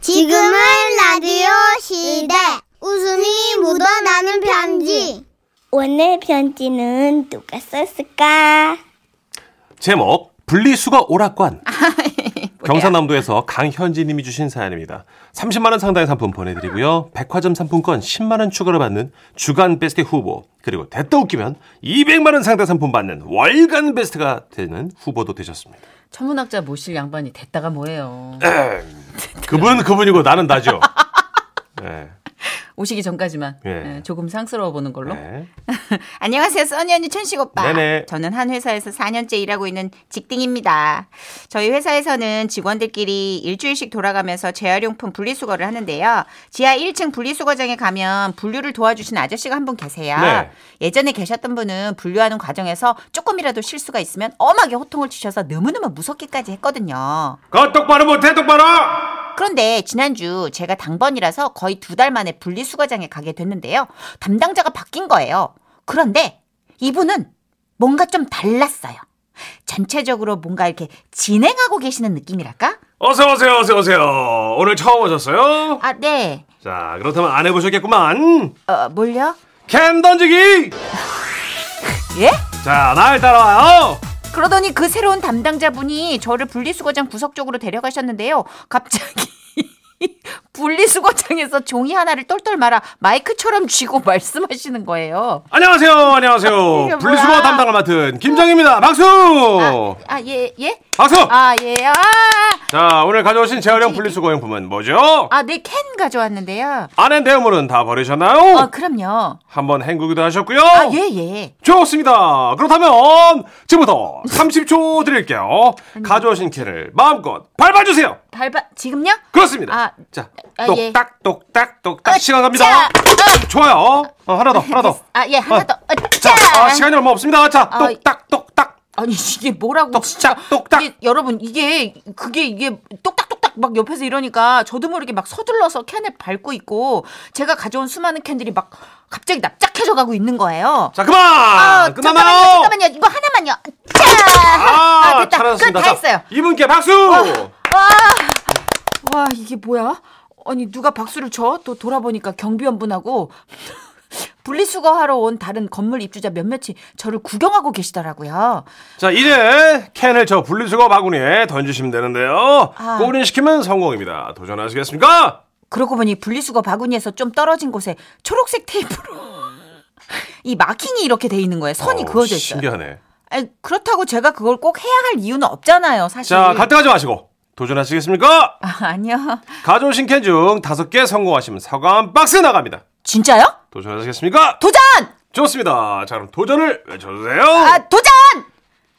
지금은 라디오 시대. 웃음이 묻어나는 편지. 오늘 편지는 누가 썼을까? 제목 분리수거 오락관 경상남도에서 강현지님이 주신 사연입니다. 30만 원 상당의 상품 보내드리고요. 백화점 상품권 10만 원 추가로 받는 주간 베스트 후보 그리고 됐다 웃기면 200만 원 상당 상품 받는 월간 베스트가 되는 후보도 되셨습니다. 천문학자 모실 양반이 됐다가 뭐예요. 그분은 그분이고 나는 나죠. 네, 오시기 전까지만 예. 예, 조금 상스러워 보는 걸로. 네. 안녕하세요, 써니 언니, 춘식 오빠. 네네. 저는 한 회사에서 4년째 일하고 있는 직딩입니다. 저희 회사에서는 직원들끼리 일주일씩 돌아가면서 재활용품 분리수거를 하는데요. 지하 1층 분리수거장에 가면 분류를 도와주시는 아저씨가 한 분 계세요. 네. 예전에 계셨던 분은 분류하는 과정에서 조금이라도 실수가 있으면 엄하게 호통을 치셔서 너무너무 무섭게까지 했거든요. 그 똑바로 못해 똑바로. 그런데 지난주 제가 당번이라서 거의 두 달 만에 분리수거장에 가게 됐는데요. 담당자가 바뀐 거예요. 그런데 이분은 뭔가 좀 달랐어요. 전체적으로 뭔가 이렇게 진행하고 계시는 느낌이랄까? 어서 오세요 어서 오세요. 오늘 처음 오셨어요? 아, 네. 자 그렇다면 안 해보셨겠구만. 어, 뭘요? 캔 던지기. 예? 자 날 따라와요. 그러더니 그 새로운 담당자분이 저를 분리수거장 구석 쪽으로 데려가셨는데요. 갑자기 분리수거장에서 종이 하나를 똘똘 말아 마이크처럼 쥐고 말씀하시는 거예요. 안녕하세요, 안녕하세요. 아, 이게 분리수거 뭐야? 담당을 맡은 김장입니다. 박수! 어. 아, 예, 예? 박수! 아, 예. 아! 자, 오늘 가져오신 재활용 분리수거 용품은 뭐죠? 아, 네, 캔 가져왔는데요. 안에 대용물은 다 버리셨나요? 아, 그럼요. 한번 헹구기도 하셨고요. 아, 예, 예. 좋습니다. 그렇다면 지금부터 30초 드릴게요. 가져오신 캔을 마음껏 밟아주세요. 밟아, 지금요? 그렇습니다. 아, 자, 아, 예. 어, 똑딱, 똑딱, 똑딱 시간 갑니다. 자, 좋아요. 어, 하나 더, 하나 더. 아, 예, 하나 더. 어, 자, 짜! 아, 시간이 얼마 없습니다. 자, 아, 똑딱, 똑딱. 아니, 이게 뭐라고. 진짜. 똑딱, 똑딱. 이게, 여러분, 이게, 그게, 이게, 똑딱똑딱 막 옆에서 이러니까 저도 모르게 막 서둘러서 캔을 밟고 있고, 제가 가져온 수많은 캔들이 막 갑자기 납작해져 가고 있는 거예요. 자, 그만! 아, 끝나나요? 잠깐만요, 잠깐만요. 이거 하나만요. 짜! 아, 아, 됐다. 잘하셨습니다. 끝, 자, 다 했어요. 이분께 박수! 와 이게 뭐야? 아니 누가 박수를 쳐? 또 돌아보니까 경비원분하고 분리수거하러 온 다른 건물 입주자 몇몇이 저를 구경하고 계시더라고요. 자, 이제 캔을 저 분리수거 바구니에 던지시면 되는데요. 아. 꼬린시키면 성공입니다. 도전하시겠습니까? 그러고 보니 분리수거 바구니에서 좀 떨어진 곳에 초록색 테이프로 이 마킹이 이렇게 돼 있는 거예요. 선이 어우, 그어져 있어요. 신기하네. 아니, 그렇다고 제가 그걸 꼭 해야 할 이유는 없잖아요, 사실. 자, 갈 때 가지 마시고. 도전하시겠습니까? 아, 아니요. 가져오신 캔 중 다섯 개 성공하시면 사과한 박스 나갑니다. 진짜요? 도전하시겠습니까? 도전! 좋습니다. 자, 그럼 도전을 외쳐주세요. 아, 도전!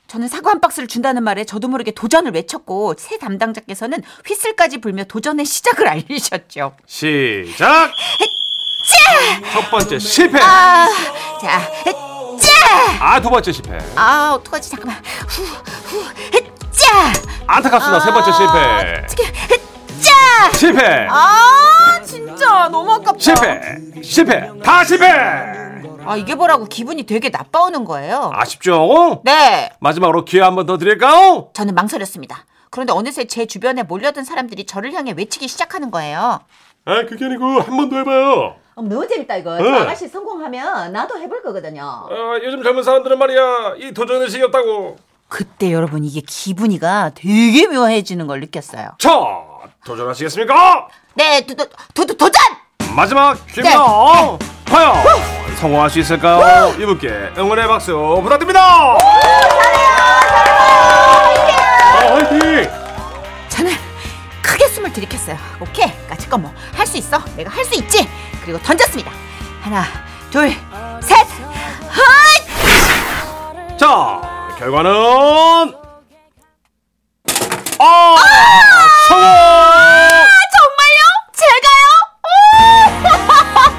저는 사과 한 박스를 준다는 말에 저도 모르게 도전을 외쳤고 새 담당자께서는 휘슬까지 불며 도전의 시작을 알리셨죠. 시작! 첫 번째 실패! 아, 자, 짜! 아, 두 번째 실패. 아, 어떡하지? 잠깐만. 후, 후, 짜! 안타깝습니다. 세 번째 실패. 아, 어떻게? 짜! 실패! 아, 진짜 너무 아깝다. 실패! 실패! 다 실패! 아, 이게 뭐라고 기분이 되게 나빠오는 거예요. 아쉽죠? 네, 마지막으로 기회 한 번 더 드릴까요? 저는 망설였습니다. 그런데 어느새 제 주변에 몰려든 사람들이 저를 향해 외치기 시작하는 거예요. 아 그게 아니고 한 번 더 해봐요 어, 너무 재밌다 이거. 응. 저 아가씨 성공하면 나도 해볼 거거든요. 아, 요즘 젊은 사람들은 말이야 이 도전의식이 없다고 그때 여러분 이게 기분이가 되게 묘해지는 걸 느꼈어요. 자 도전하시겠습니까? 네, 도, 도, 도, 도, 도전! 마지막 기회입니다 과연 성공할 수 있을까요? 이분께 응원의 박수 부탁드립니다 잘해요 화이팅 저는 크게 숨을 들이켰어요. 오케이, 까짓 건 뭐. 할 수 있어. 내가 할 수 있지. 그리고 던졌습니다. 하나, 둘, 셋! 헛! 자 결과는 아 아, 성공 정말요? 제가요?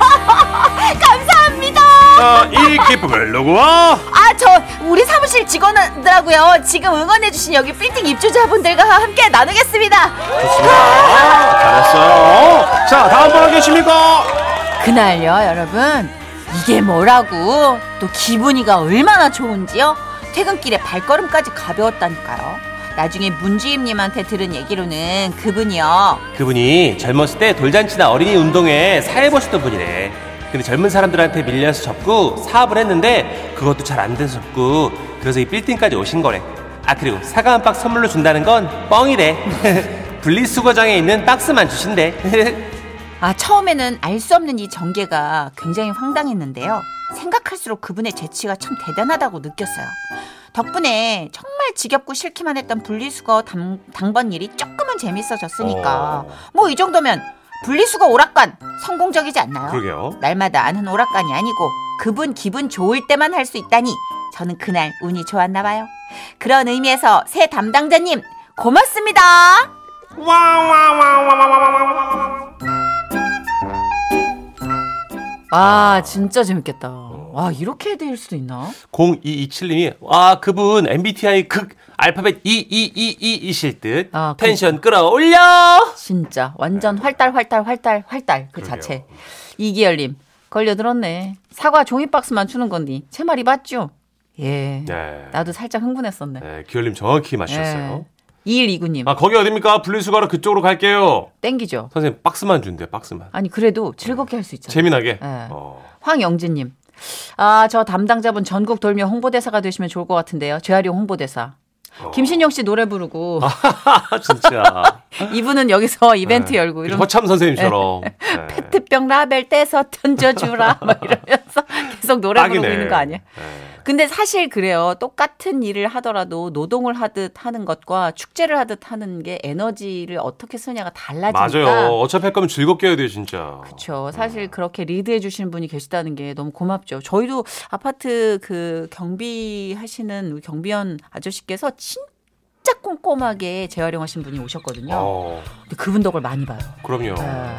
오! 감사합니다! 자, 이 기쁨을 누구와 아, 저 우리 사무실 직원들하고요. 지금 응원해주신 여기 빌딩 입주자분들과 함께 나누겠습니다. 아, 잘했어요. 자, 다음 분 계십니까? 그날요, 여러분. 이게 뭐라고? 또 기분이가 얼마나 좋은지요? 퇴근길에 발걸음까지 가벼웠다니까요. 나중에 문지임님한테 들은 얘기로는 그분이요. 그분이 젊었을 때 돌잔치나 어린이 운동에 사회보셨던 분이래. 근데 젊은 사람들한테 밀려서 접고 사업을 했는데 그것도 잘 안 돼서 접고 그래서 이 빌딩까지 오신 거래. 아 그리고 사과 한 박스 선물로 준다는 건 뻥이래. 분리수거장에 있는 박스만 주신대. 아, 처음에는 알 수 없는 이 전개가 굉장히 황당했는데요. 생각할수록 그분의 재치가 참 대단하다고 느꼈어요. 덕분에 정말 지겹고 싫기만 했던 분리수거 당, 당번 일이 조금은 재밌어졌으니까 어. 뭐 이 정도면 분리수거 오락관 성공적이지 않나요? 그러게요. 날마다 아는 오락관이 아니고 그분 기분 좋을 때만 할 수 있다니 저는 그날 운이 좋았나 봐요. 그런 의미에서 새 담당자님 고맙습니다. 아, 진짜 재밌겠다. 어. 와, 이렇게 될 수도 있나? 0227님이 아 그분 MBTI 극 알파벳 EEEE이실 듯 아, 그- 텐션 끌어올려. 진짜. 완전 네. 활달, 활달, 활달, 활달. 그 자체. 이기열님, 걸려들었네. 사과 종이박스만 추는 건디. 제 말이 맞죠? 예. 네. 나도 살짝 흥분했었네. 네, 기열님 정확히 맞추셨어요. 예. 2129님, 아 거기 어딥니까? 분리수거로 그쪽으로 갈게요. 땡기죠? 선생님 박스만 준대요. 박스만. 아니, 그래도 즐겁게 할 수 있잖아. 재미나게. 네. 어. 황영진님. 아, 저 담당자분 전국 돌며 홍보대사가 되시면 좋을 것 같은데요. 재활용 홍보대사. 김신영 씨 노래 부르고 어. 아 진짜. 이분은 여기서 이벤트 네. 열고 이런 허참 선생님처럼. 네. 페트병 라벨 떼서 던져주라 막 이러면서 계속 노래 부르고 딱이네. 있는 거 아니야? 네. 근데 사실 그래요. 똑같은 일을 하더라도 노동을 하듯 하는 것과 축제를 하듯 하는 게 에너지를 어떻게 쓰냐가 달라지니까. 맞아요. 어차피 할 거면 즐겁게 해야 돼요 진짜. 그렇죠. 사실 그렇게 리드해 주시는 분이 계시다는 게 너무 고맙죠. 저희도 아파트 그 경비 하시는 우리 경비원 아저씨께서 진짜 꼼꼼하게 재활용하신 분이 오셨거든요. 어, 근데 그분 덕을 많이 봐요. 그럼요. 예,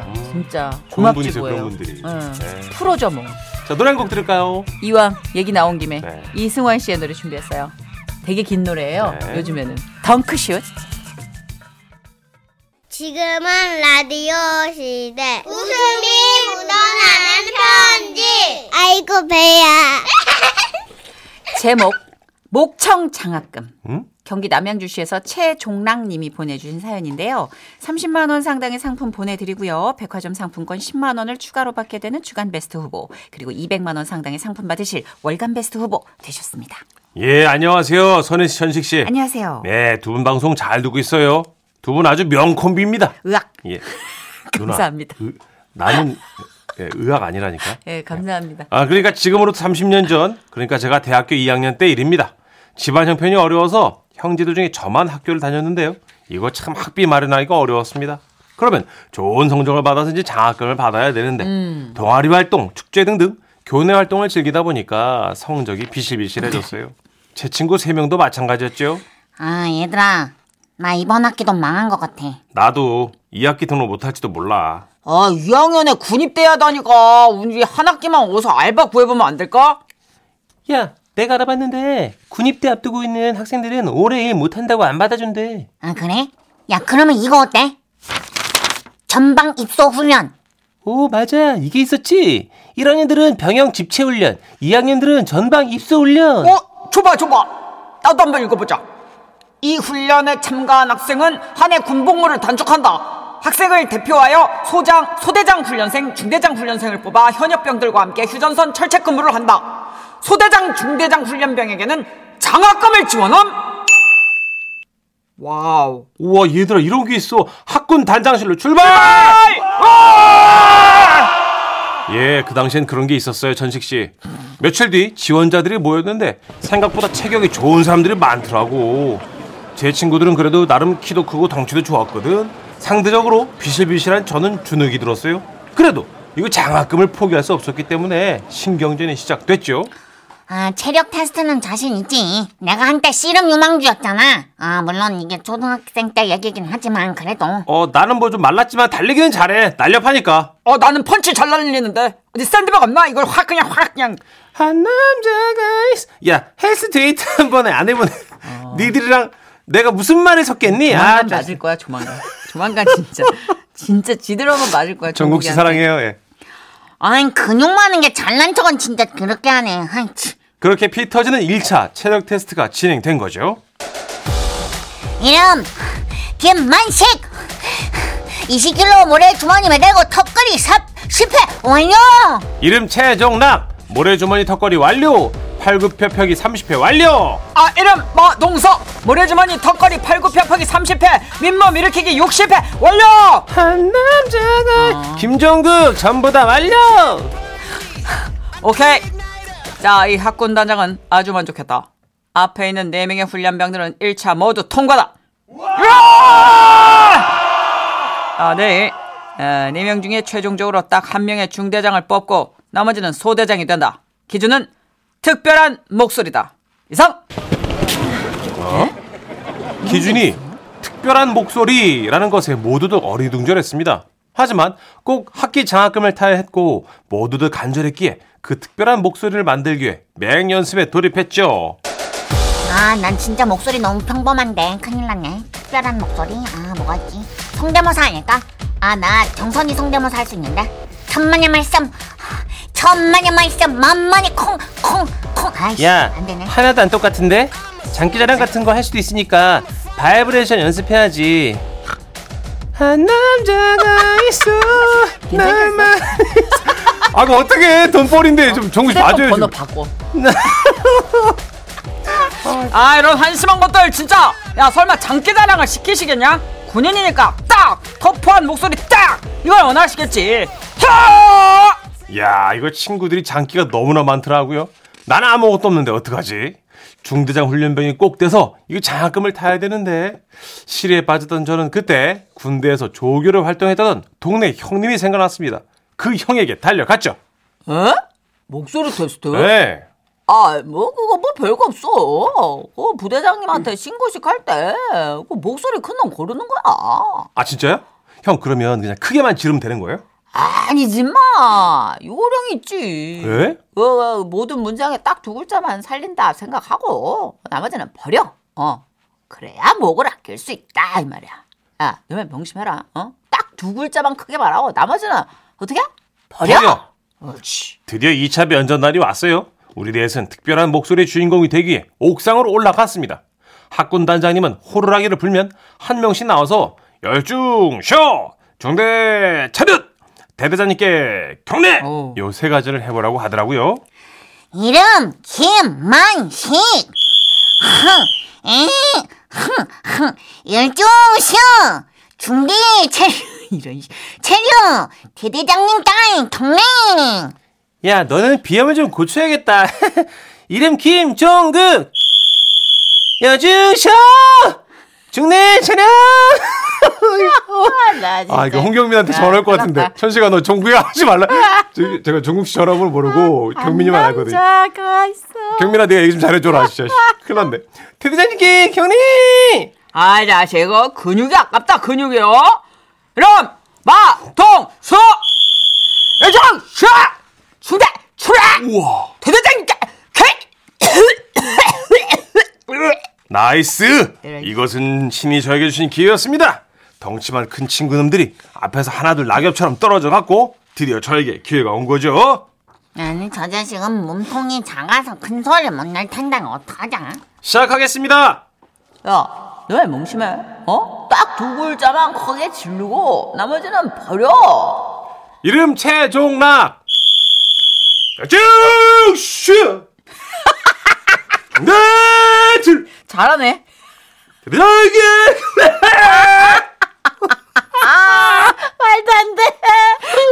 음. 진짜 좋은 고맙지 분이세요 뭐예요. 그런 분들이. 예. 네. 프로죠 뭐. 자 노래 한 곡 들을까요? 이왕 얘기 나온 김에 네. 이승환 씨의 노래 준비했어요. 되게 긴 노래예요. 네. 요즘에는 덩크슛. 지금은 라디오 시대. 웃음이 묻어나는 편지. 아이고, 배야. 제목 목청 장학금. 음? 경기 남양주시에서 최종락 님이 보내주신 사연인데요. 30만 원 상당의 상품 보내드리고요. 백화점 상품권 10만 원을 추가로 받게 되는 주간 베스트 후보 그리고 200만 원 상당의 상품 받으실 월간 베스트 후보 되셨습니다. 예 안녕하세요 선혜 씨 천식 씨. 안녕하세요. 네, 두 분 방송 잘 듣고 있어요. 두 분 아주 명콤비입니다. 으악. 예. 감사합니다. 누나, 으, 남은 예, 의학 아니라니까. 예, 감사합니다. 아, 그러니까 지금으로부터 30년 전, 그러니까 제가 대학교 2학년 때 일입니다. 집안 형편이 어려워서 형제들 중에 저만 학교를 다녔는데요. 이거 참 학비 마련하기가 어려웠습니다. 그러면 좋은 성적을 받아서 이제 장학금을 받아야 되는데 동아리 활동, 축제 등등 교내 활동을 즐기다 보니까 성적이 비실비실해졌어요. 제 친구 3명도 마찬가지였죠. 아, 얘들아. 나 이번 학기도 망한 것 같아. 나도 2학기 등록 못할지도 몰라. 아 2학년에 군입대야 다니까 우리 한 학기만 어서 알바 구해보면 안 될까? 야, 내가 알아봤는데 군입대 앞두고 있는 학생들은 올해 일 못한다고 안 받아준대. 아, 그래? 야, 그러면 이거 어때? 전방 입소 훈련. 오, 맞아. 이게 있었지. 1학년들은 병영 집체 훈련, 2학년들은 전방 입소 훈련. 어, 줘봐, 줘봐. 나도 한번 읽어보자. 이 훈련에 참가한 학생은 한 해 군복무를 단축한다. 학생을 대표하여 소장, 소대장 훈련생, 중대장 훈련생을 뽑아 현역병들과 함께 휴전선 철책 근무를 한다. 소대장, 중대장 훈련병에게는 장학금을 지원함. 와우. 우와, 얘들아 이런 게 있어. 학군 단장실로 출발! 예, 그 당시엔 그런 게 있었어요, 전식 씨. 며칠 뒤 지원자들이 모였는데 생각보다 체격이 좋은 사람들이 많더라고. 제 친구들은 그래도 나름 키도 크고 덩치도 좋았거든. 상대적으로 비실비실한 저는 주눅이 들었어요. 그래도 이거 장학금을 포기할 수 없었기 때문에 신경전이 시작됐죠. 아, 체력 테스트는 자신 있지. 내가 한때 씨름 유망주였잖아. 아, 물론 이게 초등학생 때 얘기긴 하지만 그래도. 어, 나는 뭐 좀 말랐지만 달리기는 잘해. 날렵하니까. 어, 나는 펀치 잘 날리는데. 어디 샌드백 없나? 이걸 확, 그냥, 확, 그냥. 한 남자가 있어. 야 헬스 데이트 한 번에 안 해보네. 어. 니들이랑 내가 무슨 말을 아, 섞겠니? 조만간 자- 맞을 거야, 조만간. 조만간 진짜. 진짜 지드러면 맞을 거야. 정국 씨 정국이한테. 사랑해요. 예. 아이, 근육 많은 게 잘난 척은 진짜 그렇게 하네. 아이, 치. 그렇게 피 터지는 1차 체력 테스트가 진행된 거죠. 이름 김만식 이시킬로 모래 주머니 매달고 턱걸이 삽 실패 완료 이름 최종락 모래주머니 턱걸이 완료 팔굽혀펴기 30회 완료 아 이름 마동석 모래주머니 턱걸이 팔굽혀펴기 30회 민몸 일으키기 60회 완료 어. 한남자가 김종국 전부 다 완료 오케이 자 이 학군 단장은 아주 만족했다 앞에 있는 4명의 훈련병들은 1차 모두 통과다 아, 네. 어, 4명 중에 최종적으로 딱 한 명의 중대장을 뽑고 나머지는 소대장이 된다 기준은 특별한 목소리다 이상 기준이 어. 특별한 목소리라는 것에 모두들 어리둥절했습니다 하지만 꼭 학기 장학금을 타야 했고 모두들 간절했기에 그 특별한 목소리를 만들기 위해 맹연습에 돌입했죠 아 난 진짜 목소리 너무 평범한데 큰일 났네 특별한 목소리 아 뭐가 있지 성대모사 아닐까 아 나 정선이 성대모사 할 수 있는데 천만의 말씀 천만의 말씀 만만의 콩콩콩 아이씨 안 되네 하나도 안 똑같은데? 장기자랑 같은 거 할 수도 있으니까 바이브레이션 연습해야지. 한 남자가 있어 날만 아, 그 어떻게 돈벌인데 좀 정신 맞아요. 번호 좀. 바꿔. 아 이런 한심한 것들 진짜 야 설마 장기자랑을 시키시겠냐 군인이니까 딱 터프한 목소리 딱 이걸 원하시겠지 하! 야, 이거 친구들이 장기가 너무나 많더라고요. 나는 아무것도 없는데 어떡하지? 중대장 훈련병이 꼭 돼서 이거 장학금을 타야 되는데 시리에 빠졌던 저는 그때 군대에서 조교를 활동했던 동네 형님이 생각났습니다. 그 형에게 달려갔죠. 에? 어? 목소리 테스트? 네. 아, 뭐 그거 뭐 별거 없어. 그 부대장님한테 신고식 할때 그 목소리 큰놈 고르는 거야. 아 진짜요? 형 그러면 그냥 크게만 지르면 되는 거예요? 아니지 마. 요령 있지. 예? 그 모든 문장에 딱 두 글자만 살린다 생각하고 나머지는 버려. 어. 그래야 목을 아낄 수 있다 이 말이야. 야, 너네 명심해라. 어? 딱 두 글자만 크게 말하고 나머지는 어떻게? 버려. 그렇지. 드디어 2차 면전날이 왔어요. 우리 넷은 특별한 목소리의 주인공이 되기 위해 옥상으로 올라갔습니다. 학군 단장님은 호루라기를 불면 한 명씩 나와서 열중 쇼 중대 차렷 대대장님께 경례 오. 요 세 가지를 해보라고 하더라고요. 이름 김만식 흥, 에이, 흥, 흥. 열중쇼 준비 체 이런 이- 체류 대대장님 딸 경례 야 너는 비염을 좀 고쳐야겠다. 이름 김종국 열중 쇼 중대 차렷 나 진짜. 아, 이거 홍경민한테 전화할 것 같은데. 천식아, 너 종국이 하지 말라. 저, 제가 종국 씨 전화번호 모르고 경민이만 알거든요. 자가 있어. 경민아, 네가 얘기 좀 잘해줘라, 진짜. 씨. 큰일 났네. 대대장님께 경리! 아 자식아 근육이 아깝다 근육이요 그럼 마동수 여정 샤 중대 출라 우와. 대대장님께 케 나이스! 이것은 신이 저에게 주신 기회였습니다. 덩치만 큰 친구놈들이 앞에서 하나둘 낙엽처럼 떨어져 갖고 드디어 저에게 기회가 온 거죠. 아니 저 자식은 몸통이 작아서 큰 소리를 못 낼 텐데 어떡하자 시작하겠습니다. 야, 너왜 멍심해? 어? 딱 두 글자만 크게 지르고 나머지는 버려. 이름 최종락 쭉슈 네줄 잘하네. 대단하게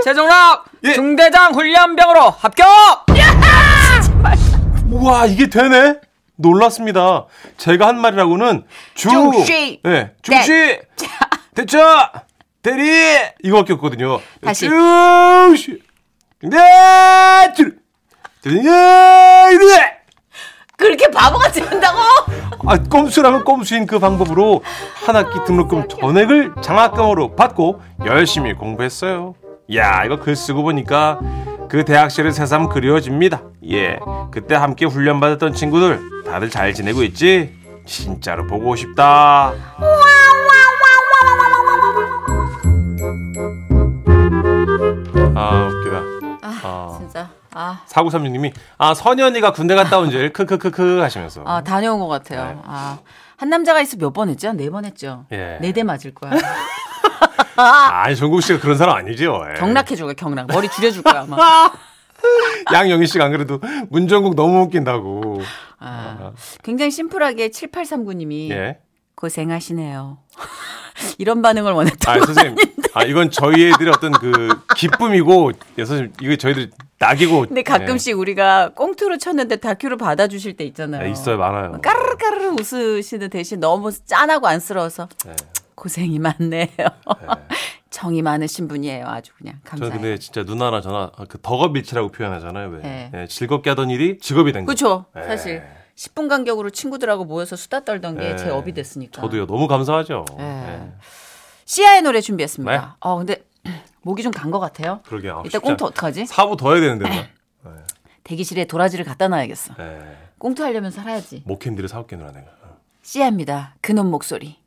최종락 예. 중대장 훈련병으로 합격 우와 이게 되네 놀랐습니다 제가 한 말이라고는 중 중시. 네, 중시 대처 대리 이거밖에 없거든요 다시. 쭉슈 네줄 대단하게 그렇게 바보같이 한다고? 아, 꼼수라면 꼼수인 그 방법으로 한 학기 등록금 전액을 장학금으로 받고 열심히 공부했어요. 야, 이거 글 쓰고 보니까 그 대학 시절 새삼 그리워집니다. 예, 그때 함께 훈련 받았던 친구들 다들 잘 지내고 있지? 진짜로 보고 싶다. 아 웃기다. 진짜. 아, 사구삼육님이 아 선이 언니가 군대 갔다 온 줄 크크크크 하시면서 아 다녀온 것 같아요. 아 한 남자가 있어 몇 번 했죠? 한 네 번 했죠. 예. 네 대 맞을 거야. 아, 정국 씨가 그런 사람 아니죠. 예. 경락해 줄 거야, 경락. 머리 줄여 줄 거야, 아마. 양영희 씨가 안 그래도 문정국 너무 웃긴다고. 아, 굉장히 심플하게 7839님이 예. 고생하시네요. 이런 반응을 원했다. 아, 선생님. 아, 이건 저희 애들의 어떤 그 기쁨이고, 예, 선생님, 이거 저희들 낙이고. 근데 네, 가끔씩 우리가 꽁투로 쳤는데 다큐로 받아주실 때 예. 있잖아요. 예, 있어요, 많아요. 까르르 까르르 웃으시는 대신 너무 짠하고 안쓰러워서 예. 고생이 많네요. 정이 많으신 분이에요. 아주 그냥 저는 감사해요. 근데 진짜 누나나 저나 그 덕업일치라고 표현하잖아요. 왜? 예. 예, 즐겁게 하던 일이 직업이 된 거. 그렇죠. 예. 사실 10분 간격으로 친구들하고 모여서 수다 떨던 게 제 예. 업이 됐으니까. 저도요. 너무 감사하죠. 예. 예. 시아의 노래 준비했습니다. 네. 어 근데 목이 좀 간 것 같아요. 그러게요. 아, 이따 네. 쉽지 않- 꽁투 어떡하지? 사부 더 해야 되는데. 누나. 대기실에 도라지를 갖다 놔야겠어. 예. 꽁투 하려면 살아야지. 목캔디를 사올게 누나 내가. 씨앗입니다. 그놈 목소리.